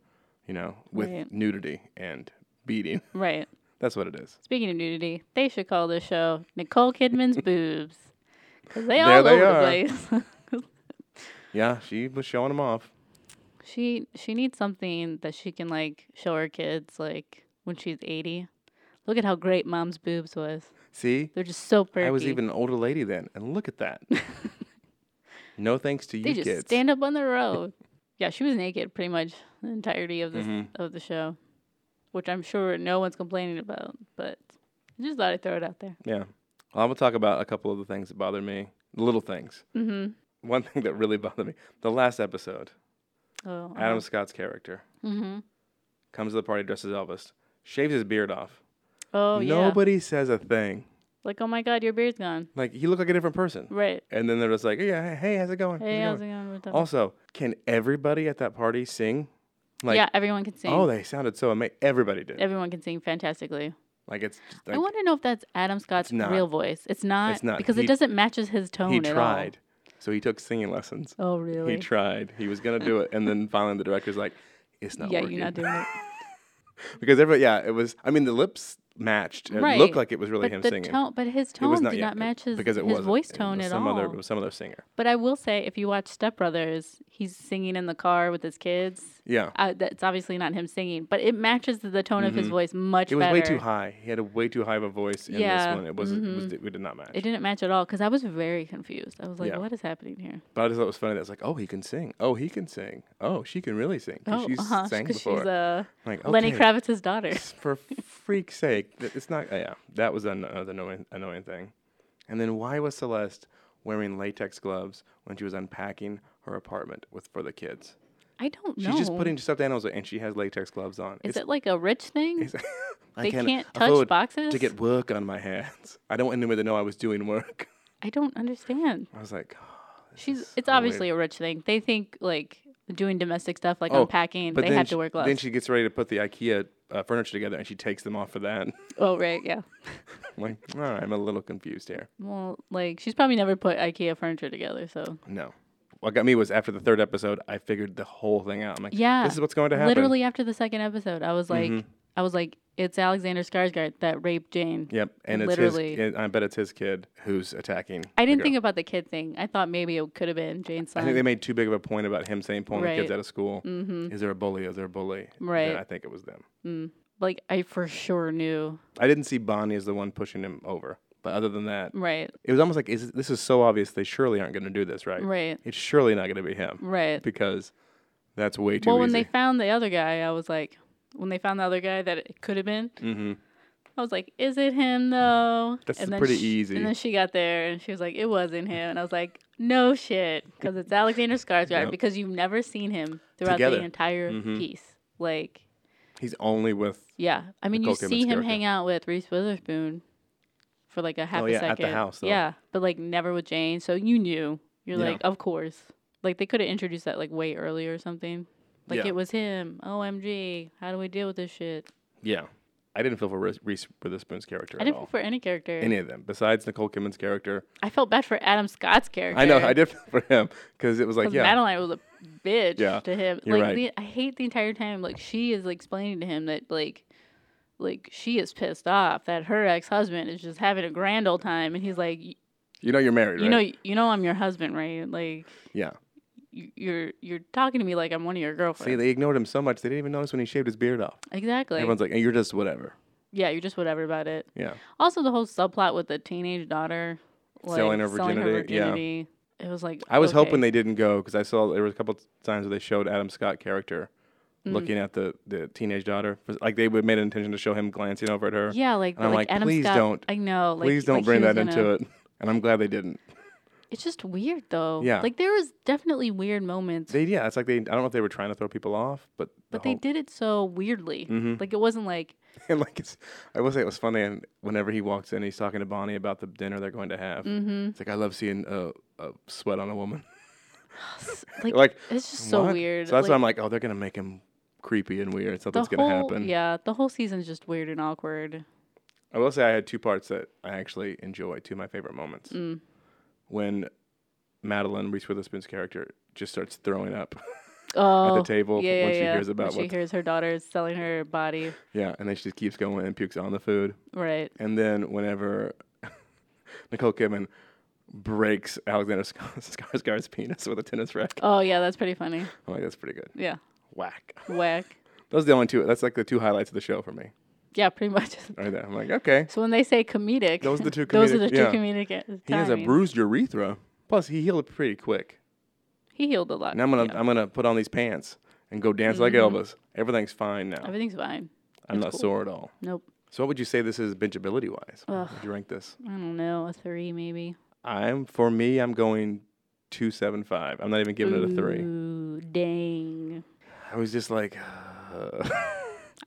Speaker 1: you know, with
Speaker 2: Right.
Speaker 1: nudity and beating.
Speaker 2: right.
Speaker 1: That's what it is.
Speaker 2: Speaking of nudity, they should call this show Nicole Kidman's Boobs. Because they
Speaker 1: There
Speaker 2: all
Speaker 1: they
Speaker 2: over
Speaker 1: are.
Speaker 2: the place.
Speaker 1: Yeah, she was showing him off.
Speaker 2: she she needs something that she can like show her kids like when she's 80. Look at how great mom's boobs was.
Speaker 1: See,
Speaker 2: They're just so perky.
Speaker 1: I was even an older lady then, and look at that. no thanks to you
Speaker 2: they just
Speaker 1: kids.
Speaker 2: stand up on the road. yeah, she was naked pretty much the entirety of this
Speaker 1: Mhm.
Speaker 2: of the show, which I'm sure no one's complaining about. But I just thought I'd throw it out there.
Speaker 1: yeah. Well, I'm gonna talk about a couple of the things that bothered me. The little things.
Speaker 2: Mm-hmm.
Speaker 1: One thing that really bothered me: the last episode,
Speaker 2: Oh,
Speaker 1: Adam Scott's character
Speaker 2: Mm-hmm.
Speaker 1: comes to the party dressed as Elvis, shaves his beard off.
Speaker 2: Oh yeah.
Speaker 1: Nobody says a thing.
Speaker 2: Like oh my God, your beard's gone.
Speaker 1: Like he looked like a different person.
Speaker 2: Right.
Speaker 1: And then they're just like, yeah, hey, hey, how's it going? How's
Speaker 2: Hey,
Speaker 1: it
Speaker 2: how's
Speaker 1: going?
Speaker 2: it going? What the-
Speaker 1: Also, can everybody at that party sing? Like,
Speaker 2: yeah, everyone can sing.
Speaker 1: oh, they sounded so amazing. Everybody did.
Speaker 2: everyone can sing fantastically.
Speaker 1: like it's just,
Speaker 2: I
Speaker 1: like
Speaker 2: want to know if that's Adam Scott's
Speaker 1: not.
Speaker 2: real voice. It's not.
Speaker 1: It's not.
Speaker 2: because
Speaker 1: He-
Speaker 2: it doesn't matches his tone.
Speaker 1: he
Speaker 2: at all.
Speaker 1: tried. So he took singing lessons.
Speaker 2: Oh really?
Speaker 1: He tried. He was gonna do it, and then finally the director's like, it's not
Speaker 2: yeah,
Speaker 1: working.
Speaker 2: you're not doing it.
Speaker 1: because everybody, yeah, it was. I mean, the lips matched. It
Speaker 2: Right.
Speaker 1: looked like it was really
Speaker 2: but
Speaker 1: him
Speaker 2: the
Speaker 1: singing.
Speaker 2: tone, but his
Speaker 1: it
Speaker 2: tone
Speaker 1: was not,
Speaker 2: did
Speaker 1: yeah,
Speaker 2: not
Speaker 1: it-
Speaker 2: match his,
Speaker 1: because it
Speaker 2: his
Speaker 1: wasn't.
Speaker 2: voice
Speaker 1: It
Speaker 2: tone
Speaker 1: was
Speaker 2: at
Speaker 1: some
Speaker 2: all.
Speaker 1: Other, it was some other singer.
Speaker 2: But I will say, if you watch Step Brothers, he's singing in the car with his kids.
Speaker 1: Yeah,
Speaker 2: Uh, that's obviously not him singing, but it matches the tone of his voice much
Speaker 1: Mm-hmm. it was
Speaker 2: better.
Speaker 1: way too high. He had a way too high of a voice in
Speaker 2: Yeah, Mm-hmm.
Speaker 1: this one. It was, it was. We did not match.
Speaker 2: It didn't match at all because I was very confused. I was like,
Speaker 1: Yeah.
Speaker 2: "What is happening here?"
Speaker 1: But I just thought it was funny. That's like, oh, he can sing. Oh, he can sing. Oh, she can really sing. 'cause
Speaker 2: Oh,
Speaker 1: she's
Speaker 2: uh-huh,
Speaker 1: sang
Speaker 2: 'cause
Speaker 1: before.
Speaker 2: she's uh,
Speaker 1: like
Speaker 2: Lenny
Speaker 1: okay,
Speaker 2: Kravitz's daughter.
Speaker 1: For freak's sake, th- it's not. Yeah, that was an- another annoying, annoying thing. And then why was Celeste wearing latex gloves when she was unpacking her apartment with for the kids?
Speaker 2: I don't know.
Speaker 1: She's just putting stuffed animals in, and she has latex gloves on.
Speaker 2: Is it like a rich thing?
Speaker 1: it's- I
Speaker 2: They can't touch
Speaker 1: afford
Speaker 2: boxes.
Speaker 1: to get work on my hands. I don't want anyone to know I was doing work.
Speaker 2: I don't understand.
Speaker 1: I was like, is
Speaker 2: She's. It's
Speaker 1: so weird.
Speaker 2: obviously a rich thing. They think like doing domestic stuff, like
Speaker 1: Oh,
Speaker 2: unpacking. They
Speaker 1: then
Speaker 2: have
Speaker 1: she-
Speaker 2: to wear
Speaker 1: Then
Speaker 2: gloves.
Speaker 1: she gets ready to put the IKEA uh, furniture together, and she takes them off for that.
Speaker 2: oh right, yeah.
Speaker 1: I'm like, all right, I'm a little confused here.
Speaker 2: Well, like she's probably never put IKEA furniture together, so
Speaker 1: No. What got me was after the third episode, I figured the whole thing out. I'm like,
Speaker 2: Yeah,
Speaker 1: this is what's going to happen.
Speaker 2: literally after the second episode, I was like,
Speaker 1: Mm-hmm.
Speaker 2: I was like, it's Alexander Skarsgård that raped Jane.
Speaker 1: Yep. And it's
Speaker 2: Literally.
Speaker 1: his. and I bet it's his kid who's attacking.
Speaker 2: I
Speaker 1: the
Speaker 2: didn't
Speaker 1: girl.
Speaker 2: think about the kid thing. I thought maybe it could have been Jane's
Speaker 1: I
Speaker 2: son.
Speaker 1: think they made too big of a point about him saying pulling the kids
Speaker 2: Right.
Speaker 1: out of school. Mm-hmm. Is there a bully? Is there a bully? And
Speaker 2: Right.
Speaker 1: then I think it was them.
Speaker 2: like I for sure knew,
Speaker 1: I didn't see Bonnie as the one pushing him over, but other than that,
Speaker 2: right,
Speaker 1: it was almost like is, this is so obvious. They surely aren't going to do this, right?
Speaker 2: right,
Speaker 1: It's surely not going to be him.
Speaker 2: right.
Speaker 1: because that's way too
Speaker 2: Well, when
Speaker 1: easy.
Speaker 2: they found the other guy, I was like, when they found the other guy that it could have been,
Speaker 1: mm-hmm.
Speaker 2: I was like, is it him though?
Speaker 1: That's pretty
Speaker 2: she-
Speaker 1: easy.
Speaker 2: And then she got there and she was like, it wasn't him. And I was like, no shit. Because it's Alexander Skarsgård
Speaker 1: Yep.
Speaker 2: because you've never seen him throughout
Speaker 1: Together.
Speaker 2: the entire
Speaker 1: Mhm.
Speaker 2: piece. Like,
Speaker 1: He's only with
Speaker 2: Yeah. I mean, you
Speaker 1: Nicole Kidman's
Speaker 2: see him
Speaker 1: character.
Speaker 2: hang out with Reese Witherspoon for like a half
Speaker 1: Oh,
Speaker 2: a
Speaker 1: yeah,
Speaker 2: second.
Speaker 1: at the house, though.
Speaker 2: Yeah, but like never with Jane. So you knew. You're
Speaker 1: Yeah.
Speaker 2: like, of course. Like they could have introduced that like way earlier or something. Like
Speaker 1: Yeah.
Speaker 2: it was him. OMG. How do we deal with this shit?
Speaker 1: yeah. I didn't feel for Reese- Reese Witherspoon's character
Speaker 2: I
Speaker 1: at
Speaker 2: didn't feel
Speaker 1: all.
Speaker 2: for any character.
Speaker 1: Any of them besides Nicole Kidman's character.
Speaker 2: I felt bad for Adam Scott's character.
Speaker 1: I know I did feel for him because it was like
Speaker 2: Because
Speaker 1: yeah,
Speaker 2: Madeline was a bitch
Speaker 1: Yeah,
Speaker 2: to him.
Speaker 1: you're
Speaker 2: like
Speaker 1: right.
Speaker 2: the, I hate the entire time. Like she is like explaining to him that like like she is pissed off that her ex husband is just having a grand old time, and he's like, "Y-
Speaker 1: you know you're married,
Speaker 2: you
Speaker 1: right?
Speaker 2: know, you know, I'm your husband, right? Like
Speaker 1: yeah.
Speaker 2: y- you're you're talking to me like I'm one of your
Speaker 1: See,
Speaker 2: girlfriends.
Speaker 1: they ignored him so much they didn't even notice when he shaved his beard off.
Speaker 2: exactly.
Speaker 1: Everyone's like, "Eh, you're just whatever.
Speaker 2: yeah, you're just whatever about it.
Speaker 1: Yeah.
Speaker 2: Also, the whole subplot with the teenage daughter like,
Speaker 1: Selling her virginity, yeah.
Speaker 2: virginity. It was like
Speaker 1: I was
Speaker 2: okay.
Speaker 1: hoping they didn't go because I saw there was a couple times where they showed Adam Scott character
Speaker 2: Mm.
Speaker 1: looking at the, the teenage daughter. Was- Like they would made an intention to show him glancing over at her.
Speaker 2: Yeah, like
Speaker 1: And I'm
Speaker 2: like,
Speaker 1: like,
Speaker 2: Adam
Speaker 1: please
Speaker 2: Scott.
Speaker 1: don't-
Speaker 2: I know. Like,
Speaker 1: Please don't
Speaker 2: like
Speaker 1: bring that
Speaker 2: into it.
Speaker 1: into it. And I'm glad they didn't.
Speaker 2: It's just weird though.
Speaker 1: Yeah.
Speaker 2: Like there was definitely weird moments,
Speaker 1: They yeah, it's like they I don't know if they were trying to throw people off, but
Speaker 2: but they did it so weirdly.
Speaker 1: Mhm.
Speaker 2: Like it wasn't like
Speaker 1: and like it's I will say it was funny and whenever he walks in he's talking to Bonnie about the dinner they're going to have.
Speaker 2: mhm.
Speaker 1: It's like I love seeing uh, uh, sweat on a woman.
Speaker 2: s- like,
Speaker 1: like
Speaker 2: it's just so
Speaker 1: what?
Speaker 2: weird.
Speaker 1: So that's
Speaker 2: like,
Speaker 1: why I'm like, oh, they're gonna make him creepy and weird.
Speaker 2: the
Speaker 1: Something's
Speaker 2: whole
Speaker 1: gonna happen.
Speaker 2: yeah, the whole season's just weird and awkward.
Speaker 1: I will say I had two parts that I actually enjoy, two of my favorite moments.
Speaker 2: Mm.
Speaker 1: When Madeline, Reese Witherspoon's character, just starts throwing up
Speaker 2: Oh,
Speaker 1: at the table
Speaker 2: yeah, yeah,
Speaker 1: when she
Speaker 2: yeah.
Speaker 1: hears about
Speaker 2: when she
Speaker 1: what.
Speaker 2: hears her daughter selling her body.
Speaker 1: Yeah, and then she just keeps going and pukes on the food.
Speaker 2: Right.
Speaker 1: And then whenever Nicole Kidman breaks Alexander Sk- Skarsgård's penis with a tennis racket,
Speaker 2: Oh yeah, that's pretty funny.
Speaker 1: I'm like, that's pretty good.
Speaker 2: Yeah.
Speaker 1: Whack.
Speaker 2: Whack.
Speaker 1: Those are the only two. That's like the two highlights of the show for me,
Speaker 2: Yeah, pretty much.
Speaker 1: right there. I'm like, okay.
Speaker 2: So when they say comedic,
Speaker 1: Those are the two
Speaker 2: those are
Speaker 1: comedic-
Speaker 2: the two
Speaker 1: yeah.
Speaker 2: comedic. uh,
Speaker 1: He has a
Speaker 2: timings.
Speaker 1: bruised urethra. Plus, he healed pretty quick.
Speaker 2: He healed a lot.
Speaker 1: And I'm gonna
Speaker 2: yeah.
Speaker 1: I'm gonna put on these pants and go dance like Elvis. Everything's fine now.
Speaker 2: Everything's fine.
Speaker 1: I'm
Speaker 2: it's
Speaker 1: not
Speaker 2: Mm-hmm. cool.
Speaker 1: sore at all.
Speaker 2: Nope.
Speaker 1: So what would you say this is bingeability wise? How
Speaker 2: Ugh.
Speaker 1: Would you rank this?
Speaker 2: I don't know. A three maybe.
Speaker 1: I'm for me I'm going two seven five. I'm not even giving it a three.
Speaker 2: Ooh, dang.
Speaker 1: I was just like uh,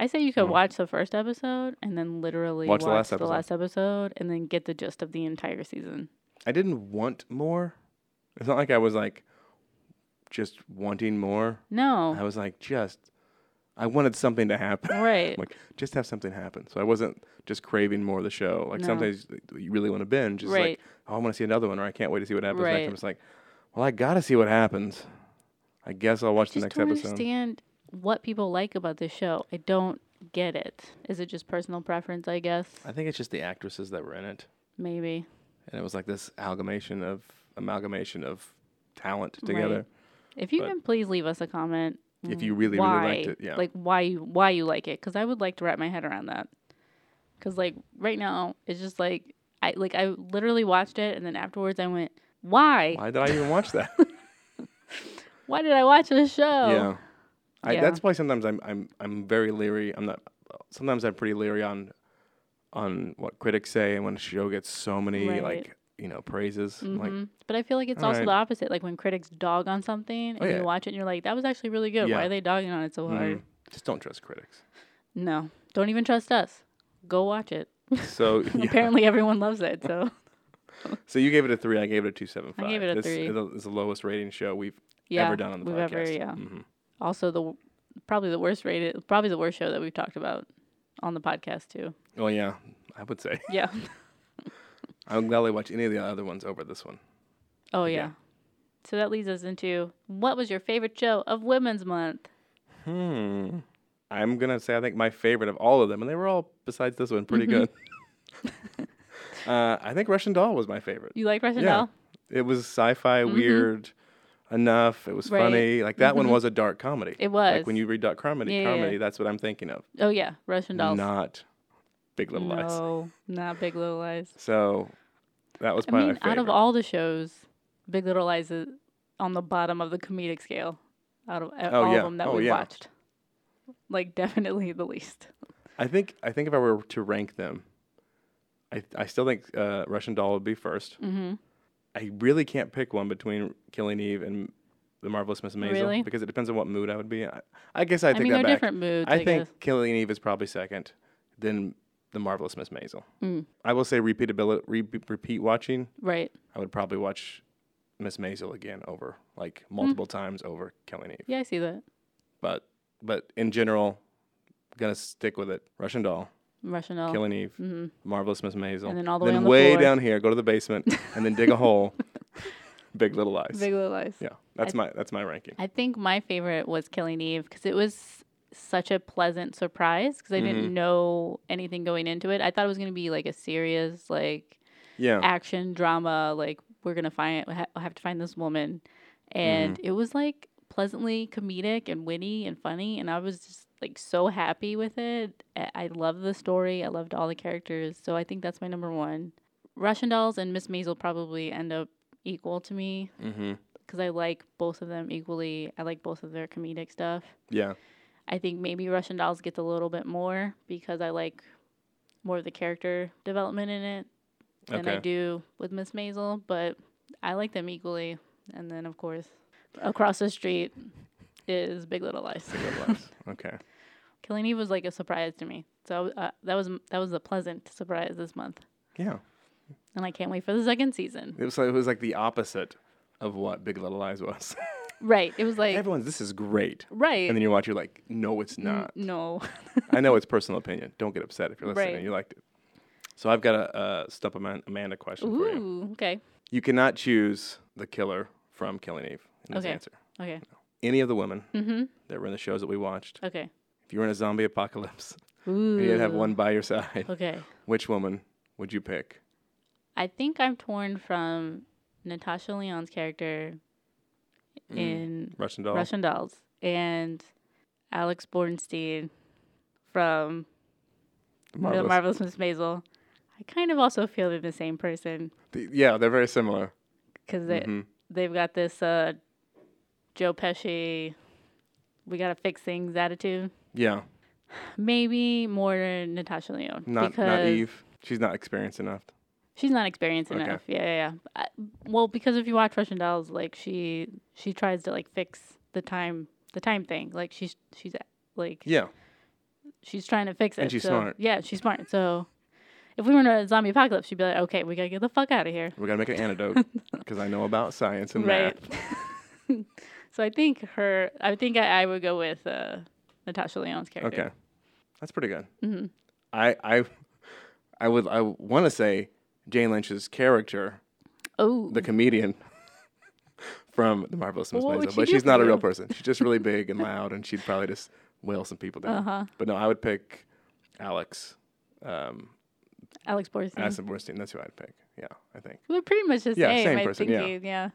Speaker 2: I say you could
Speaker 1: Mm.
Speaker 2: watch the first episode and then literally watch,
Speaker 1: Watch the last
Speaker 2: the
Speaker 1: episode.
Speaker 2: last episode and then get the gist of the entire season.
Speaker 1: I didn't want more. It's not like I was like just wanting more. I
Speaker 2: No.
Speaker 1: was like just I wanted something to happen.
Speaker 2: Right.
Speaker 1: like just have something happen. So I wasn't just craving more of the show. Like
Speaker 2: No.
Speaker 1: sometimes you really want to binge. It's
Speaker 2: Right.
Speaker 1: like, oh, I want to see another one, or I can't wait to see what happens next.
Speaker 2: Right.
Speaker 1: time. It's like, well, I gotta see what happens. I guess I'll watch the
Speaker 2: Just
Speaker 1: next
Speaker 2: don't
Speaker 1: episode.
Speaker 2: understand what people like about this show. I don't get it. Is it just personal preference, I guess?
Speaker 1: I think it's just the actresses that were in it,
Speaker 2: Maybe.
Speaker 1: and it was like this amalgamation of amalgamation of talent
Speaker 2: Right.
Speaker 1: together.
Speaker 2: If you
Speaker 1: But-
Speaker 2: can please leave us a comment.
Speaker 1: If you really,
Speaker 2: why,
Speaker 1: really liked it, yeah.
Speaker 2: Like why you why you like it? Because I would like to wrap my head around that. Because like right now, it's just like I like I literally watched it and then afterwards I went, why? Why,
Speaker 1: Why did I even watch that?
Speaker 2: did I watch this show?
Speaker 1: yeah. I,
Speaker 2: Yeah.
Speaker 1: That's why sometimes I'm I'm I'm very leery. I'm not. Sometimes I'm pretty leery on on what critics say and when a show gets so many
Speaker 2: Right.
Speaker 1: like you know praises. I'm Like
Speaker 2: Mhm. but I feel like it's
Speaker 1: all
Speaker 2: also
Speaker 1: right.
Speaker 2: the opposite. Like when critics dog on something and
Speaker 1: Oh, yeah.
Speaker 2: you watch it and you're like, that was actually really good. Why
Speaker 1: Yeah. Mm-hmm.
Speaker 2: are they dogging on it so hard?
Speaker 1: mm, just don't trust critics.
Speaker 2: No, don't even trust us. Go watch it.
Speaker 1: So yeah.
Speaker 2: Apparently everyone loves it. So
Speaker 1: so you gave it a three. I gave it a two seven five.
Speaker 2: gave it a
Speaker 1: this
Speaker 2: three.
Speaker 1: Is the, is the lowest rating show we've
Speaker 2: yeah,
Speaker 1: ever done on the
Speaker 2: we've
Speaker 1: podcast.
Speaker 2: ever yeah.
Speaker 1: Mhm.
Speaker 2: Also the w- probably the worst rated, probably the worst show that we've talked about on the podcast too.
Speaker 1: Well, yeah, I would say
Speaker 2: Yeah.
Speaker 1: I'm gladly watch any of the other ones over this one.
Speaker 2: Oh yeah.
Speaker 1: Yeah.
Speaker 2: So that leads us into what was your favorite show of Women's Month?
Speaker 1: Hmm. I'm gonna say I think my favorite of all of them, and they were all besides this one pretty good. uh, I think Russian Doll was my favorite.
Speaker 2: Mm-hmm. You like Russian
Speaker 1: Yeah.
Speaker 2: Doll?
Speaker 1: It was sci-fi weird enough. It was
Speaker 2: Right. Mm-hmm.
Speaker 1: funny. Like that one was a dark comedy.
Speaker 2: It
Speaker 1: Like when
Speaker 2: was.
Speaker 1: you read dark comedy,
Speaker 2: Yeah, yeah, yeah.
Speaker 1: comedy, that's what I'm thinking of.
Speaker 2: Oh yeah, Russian Dolls.
Speaker 1: Not Big Little Lies.
Speaker 2: no, not Big Little Lies.
Speaker 1: So that was
Speaker 2: I
Speaker 1: probably
Speaker 2: mean,
Speaker 1: my
Speaker 2: out
Speaker 1: favorite.
Speaker 2: of all the shows, Big Little Lies is on the bottom of the comedic scale. Out of uh,
Speaker 1: Oh,
Speaker 2: all
Speaker 1: yeah.
Speaker 2: of them that
Speaker 1: Oh,
Speaker 2: we
Speaker 1: yeah.
Speaker 2: watched, like definitely the least.
Speaker 1: I think I think if I were to rank them, I I still think uh, Russian Doll would be first.
Speaker 2: Mm-hmm.
Speaker 1: I really can't pick one between Killing Eve and The Marvelous Miss Maisel
Speaker 2: Really?
Speaker 1: because it depends on what mood I would be. in. I, I guess I
Speaker 2: I
Speaker 1: take
Speaker 2: mean,
Speaker 1: that
Speaker 2: they're
Speaker 1: back.
Speaker 2: different moods.
Speaker 1: I,
Speaker 2: I,
Speaker 1: think
Speaker 2: guess.
Speaker 1: Killing Eve is probably second, then The Marvelous Miss Maisel.
Speaker 2: Mm.
Speaker 1: I will say repeatability, re- repeat watching.
Speaker 2: right.
Speaker 1: I would probably watch Miss Maisel again over like
Speaker 2: Mm.
Speaker 1: multiple times over Killing Eve.
Speaker 2: Yeah, I see that.
Speaker 1: But but in general, gonna stick with it. Russian Doll,
Speaker 2: Russian doll.
Speaker 1: Killing Eve,
Speaker 2: hmm
Speaker 1: Marvelous Miss Maisel,
Speaker 2: And then all the way on the
Speaker 1: way
Speaker 2: floor.
Speaker 1: down here, go to the basement, and then dig a hole. Big Little Lies.
Speaker 2: Big Little Lies.
Speaker 1: yeah, that's my that's my ranking.
Speaker 2: I think my favorite was Killing Eve because it was such a pleasant surprise because I didn't know anything going into it. I thought it was going to be like a serious, like
Speaker 1: Yeah,
Speaker 2: action drama. Like we're gonna find, ha- have to find this woman, and it was like pleasantly comedic and witty and funny, and I was just like so happy with it. I, I loved the story. I loved all the characters. So I think that's my number one. Russian Dolls and Miss Maisel probably end up equal to me
Speaker 1: mm-hmm.
Speaker 2: because I like both of them equally. I like both of their comedic stuff.
Speaker 1: yeah,
Speaker 2: I think maybe Russian Dolls gets a little bit more because I like more of the character development in it than I
Speaker 1: Okay.
Speaker 2: do with Miss Maisel, but I like them equally. And then, of course, across the street is Big Little Lies.
Speaker 1: Big Little Lies. Okay,
Speaker 2: Killing Eve was like a surprise to me, so uh, that was that was a pleasant surprise this month,
Speaker 1: yeah.
Speaker 2: and I can't wait for the second season.
Speaker 1: It was like, it was like the opposite of what Big Little Lies was.
Speaker 2: Right? It was like
Speaker 1: Everyone's this is great,
Speaker 2: right.
Speaker 1: and then you watch, you're like, no, it's
Speaker 2: N-
Speaker 1: not.
Speaker 2: No,
Speaker 1: I know it's personal opinion. Don't get upset if you're listening
Speaker 2: Right.
Speaker 1: and you liked it. So I've got a uh, stump Ama- Amanda question for you.
Speaker 2: ooh, okay,
Speaker 1: You cannot choose the killer from Killing Eve. In this
Speaker 2: Okay.
Speaker 1: answer.
Speaker 2: okay,
Speaker 1: Any of the women
Speaker 2: mm-hmm,
Speaker 1: that were in the shows that we watched.
Speaker 2: okay.
Speaker 1: If you were in a zombie apocalypse,
Speaker 2: Ooh,
Speaker 1: and you'd have one by your side.
Speaker 2: Okay.
Speaker 1: Which woman would you pick?
Speaker 2: I think I'm torn from Natasha Leon's character
Speaker 1: Mm.
Speaker 2: in
Speaker 1: Russian doll.
Speaker 2: Russian Dolls and Alex Bornstein from
Speaker 1: Marvelous.
Speaker 2: The Marvelous Miss Maisel. I kind of also feel they're the same person
Speaker 1: The- yeah, they're very similar.
Speaker 2: because they,
Speaker 1: Mhm.
Speaker 2: they've got this uh, Joe Pesci, we got to fix things attitude.
Speaker 1: Yeah,
Speaker 2: Maybe more Natasha Leon.
Speaker 1: not not Eve. She's not experienced enough.
Speaker 2: She's not experienced
Speaker 1: Okay.
Speaker 2: enough. Yeah, yeah, yeah. I, well, because if you watch Russian Dolls, like she she tries to like fix the time the time thing. Like she's she's like
Speaker 1: Yeah,
Speaker 2: she's trying to fix it.
Speaker 1: And she's
Speaker 2: so-
Speaker 1: smart.
Speaker 2: Yeah, she's smart. So if we were in a zombie apocalypse, she'd be like, okay, we gotta get the fuck out of here,
Speaker 1: we gotta make an antidote because I know about science and
Speaker 2: right?
Speaker 1: math.
Speaker 2: so I think her. I think I, I would go with uh, Natasha Leon's character.
Speaker 1: Okay, that's pretty good.
Speaker 2: hmm
Speaker 1: I I I would I want to say Jane Lynch's character,
Speaker 2: Oh,
Speaker 1: the comedian from The Marvelous Miss
Speaker 2: Well, what would
Speaker 1: Maisel,
Speaker 2: she
Speaker 1: but
Speaker 2: do
Speaker 1: she's
Speaker 2: for
Speaker 1: not a
Speaker 2: you?
Speaker 1: real person. She's just really big and loud, and she'd probably just wail some people down.
Speaker 2: uh huh.
Speaker 1: But no, I would pick Alex. Um,
Speaker 2: Alex Borstein.
Speaker 1: Aston Borstein. That's who I'd pick. Yeah, I think
Speaker 2: We're pretty much the
Speaker 1: Yeah,
Speaker 2: same.
Speaker 1: same
Speaker 2: I
Speaker 1: person,
Speaker 2: think
Speaker 1: yeah.
Speaker 2: you- yeah.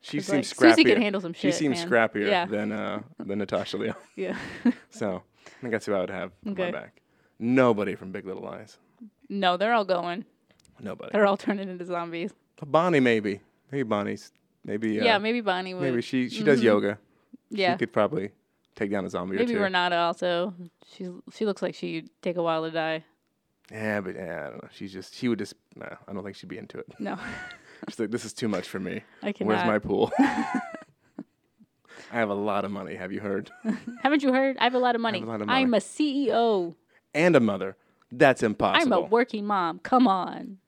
Speaker 1: she
Speaker 2: 'Cause,
Speaker 1: seems
Speaker 2: like,
Speaker 1: scrappier.
Speaker 2: Susie can handle some
Speaker 1: she
Speaker 2: shit.
Speaker 1: seems
Speaker 2: man.
Speaker 1: scrappier
Speaker 2: Yeah.
Speaker 1: than uh, than Natasha Leon.
Speaker 2: Yeah.
Speaker 1: So I think that's who I would have on my
Speaker 2: Okay.
Speaker 1: back. Nobody from Big Little Lies.
Speaker 2: No, they're all going.
Speaker 1: Nobody.
Speaker 2: They're all turning into zombies.
Speaker 1: Bonnie maybe. Maybe Bonnie's. Maybe.
Speaker 2: Yeah,
Speaker 1: Uh,
Speaker 2: maybe Bonnie would.
Speaker 1: Maybe she she does
Speaker 2: Mhm.
Speaker 1: yoga.
Speaker 2: yeah,
Speaker 1: She could probably take down a zombie
Speaker 2: maybe
Speaker 1: or 2
Speaker 2: Renata also. She's she looks like she'd take a while to die.
Speaker 1: yeah, but yeah, I don't know. She's just she would just. Nah, I don't think she'd be into it.
Speaker 2: No,
Speaker 1: She's like, this is too much for me.
Speaker 2: I cannot.
Speaker 1: Where's my pool? I have a lot of money. Have you heard?
Speaker 2: Haven't you heard? I have a lot of money.
Speaker 1: have a lot of
Speaker 2: I'm a CEO.
Speaker 1: And a mother. That's impossible.
Speaker 2: I'm a working mom. Come on.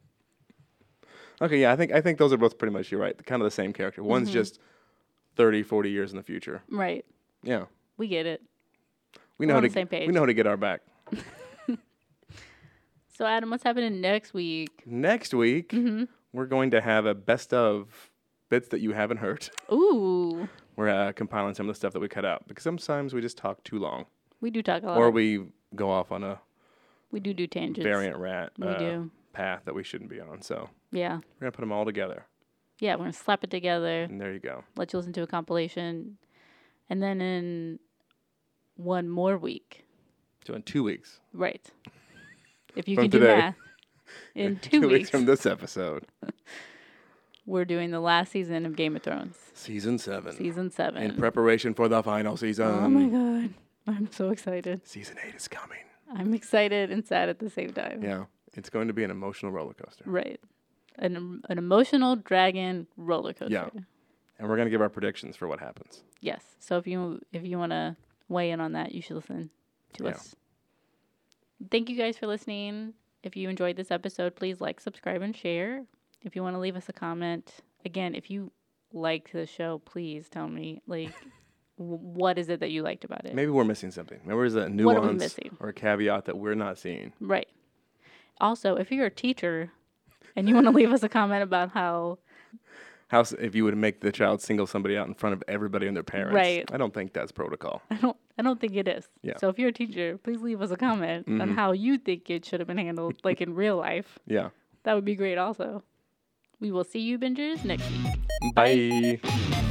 Speaker 1: Okay, yeah, I think I think those are both pretty much you're right. Kind of the same character. One's
Speaker 2: Mm-hmm.
Speaker 1: just 30, 40 years in the future.
Speaker 2: Right.
Speaker 1: Yeah.
Speaker 2: We get it.
Speaker 1: We
Speaker 2: We're
Speaker 1: know
Speaker 2: on
Speaker 1: how to
Speaker 2: the same page.
Speaker 1: we know how to get our back.
Speaker 2: So Adam, what's happening next week?
Speaker 1: Next week,
Speaker 2: Mm-hmm.
Speaker 1: we're going to have a best of bits that you haven't heard.
Speaker 2: Ooh,
Speaker 1: We're uh, compiling some of the stuff that we cut out because sometimes we just talk too long
Speaker 2: we do talk a lot.
Speaker 1: or we go off on a
Speaker 2: we do do tangents.
Speaker 1: variant uh, rat
Speaker 2: We do.
Speaker 1: path that we shouldn't be on. So,
Speaker 2: Yeah.
Speaker 1: we're going to put them all together.
Speaker 2: Yeah, we're gonna slap it together.
Speaker 1: And there you go.
Speaker 2: let you listen to a compilation. And then in one more week,
Speaker 1: So in 2 weeks.
Speaker 2: right? If you
Speaker 1: From
Speaker 2: can
Speaker 1: today.
Speaker 2: do math, in two, weeks,
Speaker 1: from this episode.
Speaker 2: we're doing the last season of Game of Thrones,
Speaker 1: Season 7.
Speaker 2: season seven.
Speaker 1: in preparation for the final season.
Speaker 2: oh my God. I'm so excited.
Speaker 1: Season 8 is coming.
Speaker 2: I'm excited and sad at the same time.
Speaker 1: Yeah, it's going to be an emotional roller coaster.
Speaker 2: Right. An, an emotional dragon roller coaster.
Speaker 1: and we're gonna give our predictions for what happens.
Speaker 2: Yes. So if you if you want to weigh in on that, you should listen to
Speaker 1: Yeah.
Speaker 2: us. Thank you guys for listening. If you enjoyed this episode, please like, subscribe, and share. If you want to leave us a comment, again, if you liked the show, please tell me like w- what is it that you liked about it.
Speaker 1: Maybe we're missing something. Maybe there's a
Speaker 2: What are we
Speaker 1: nuance
Speaker 2: missing?
Speaker 1: or a caveat that we're not seeing.
Speaker 2: Right. Also, if you're a teacher and you want to leave us a comment about how
Speaker 1: How s- if you would make the child single somebody out in front of everybody and their parents?
Speaker 2: Right.
Speaker 1: I don't think that's protocol.
Speaker 2: I don't I don't think it is.
Speaker 1: Yeah.
Speaker 2: So if you're a teacher, please leave us a comment on
Speaker 1: Mhm.
Speaker 2: how you think it should have been handled like in real life.
Speaker 1: Yeah.
Speaker 2: That would be great also. We will see you bingers next week.
Speaker 1: Bye.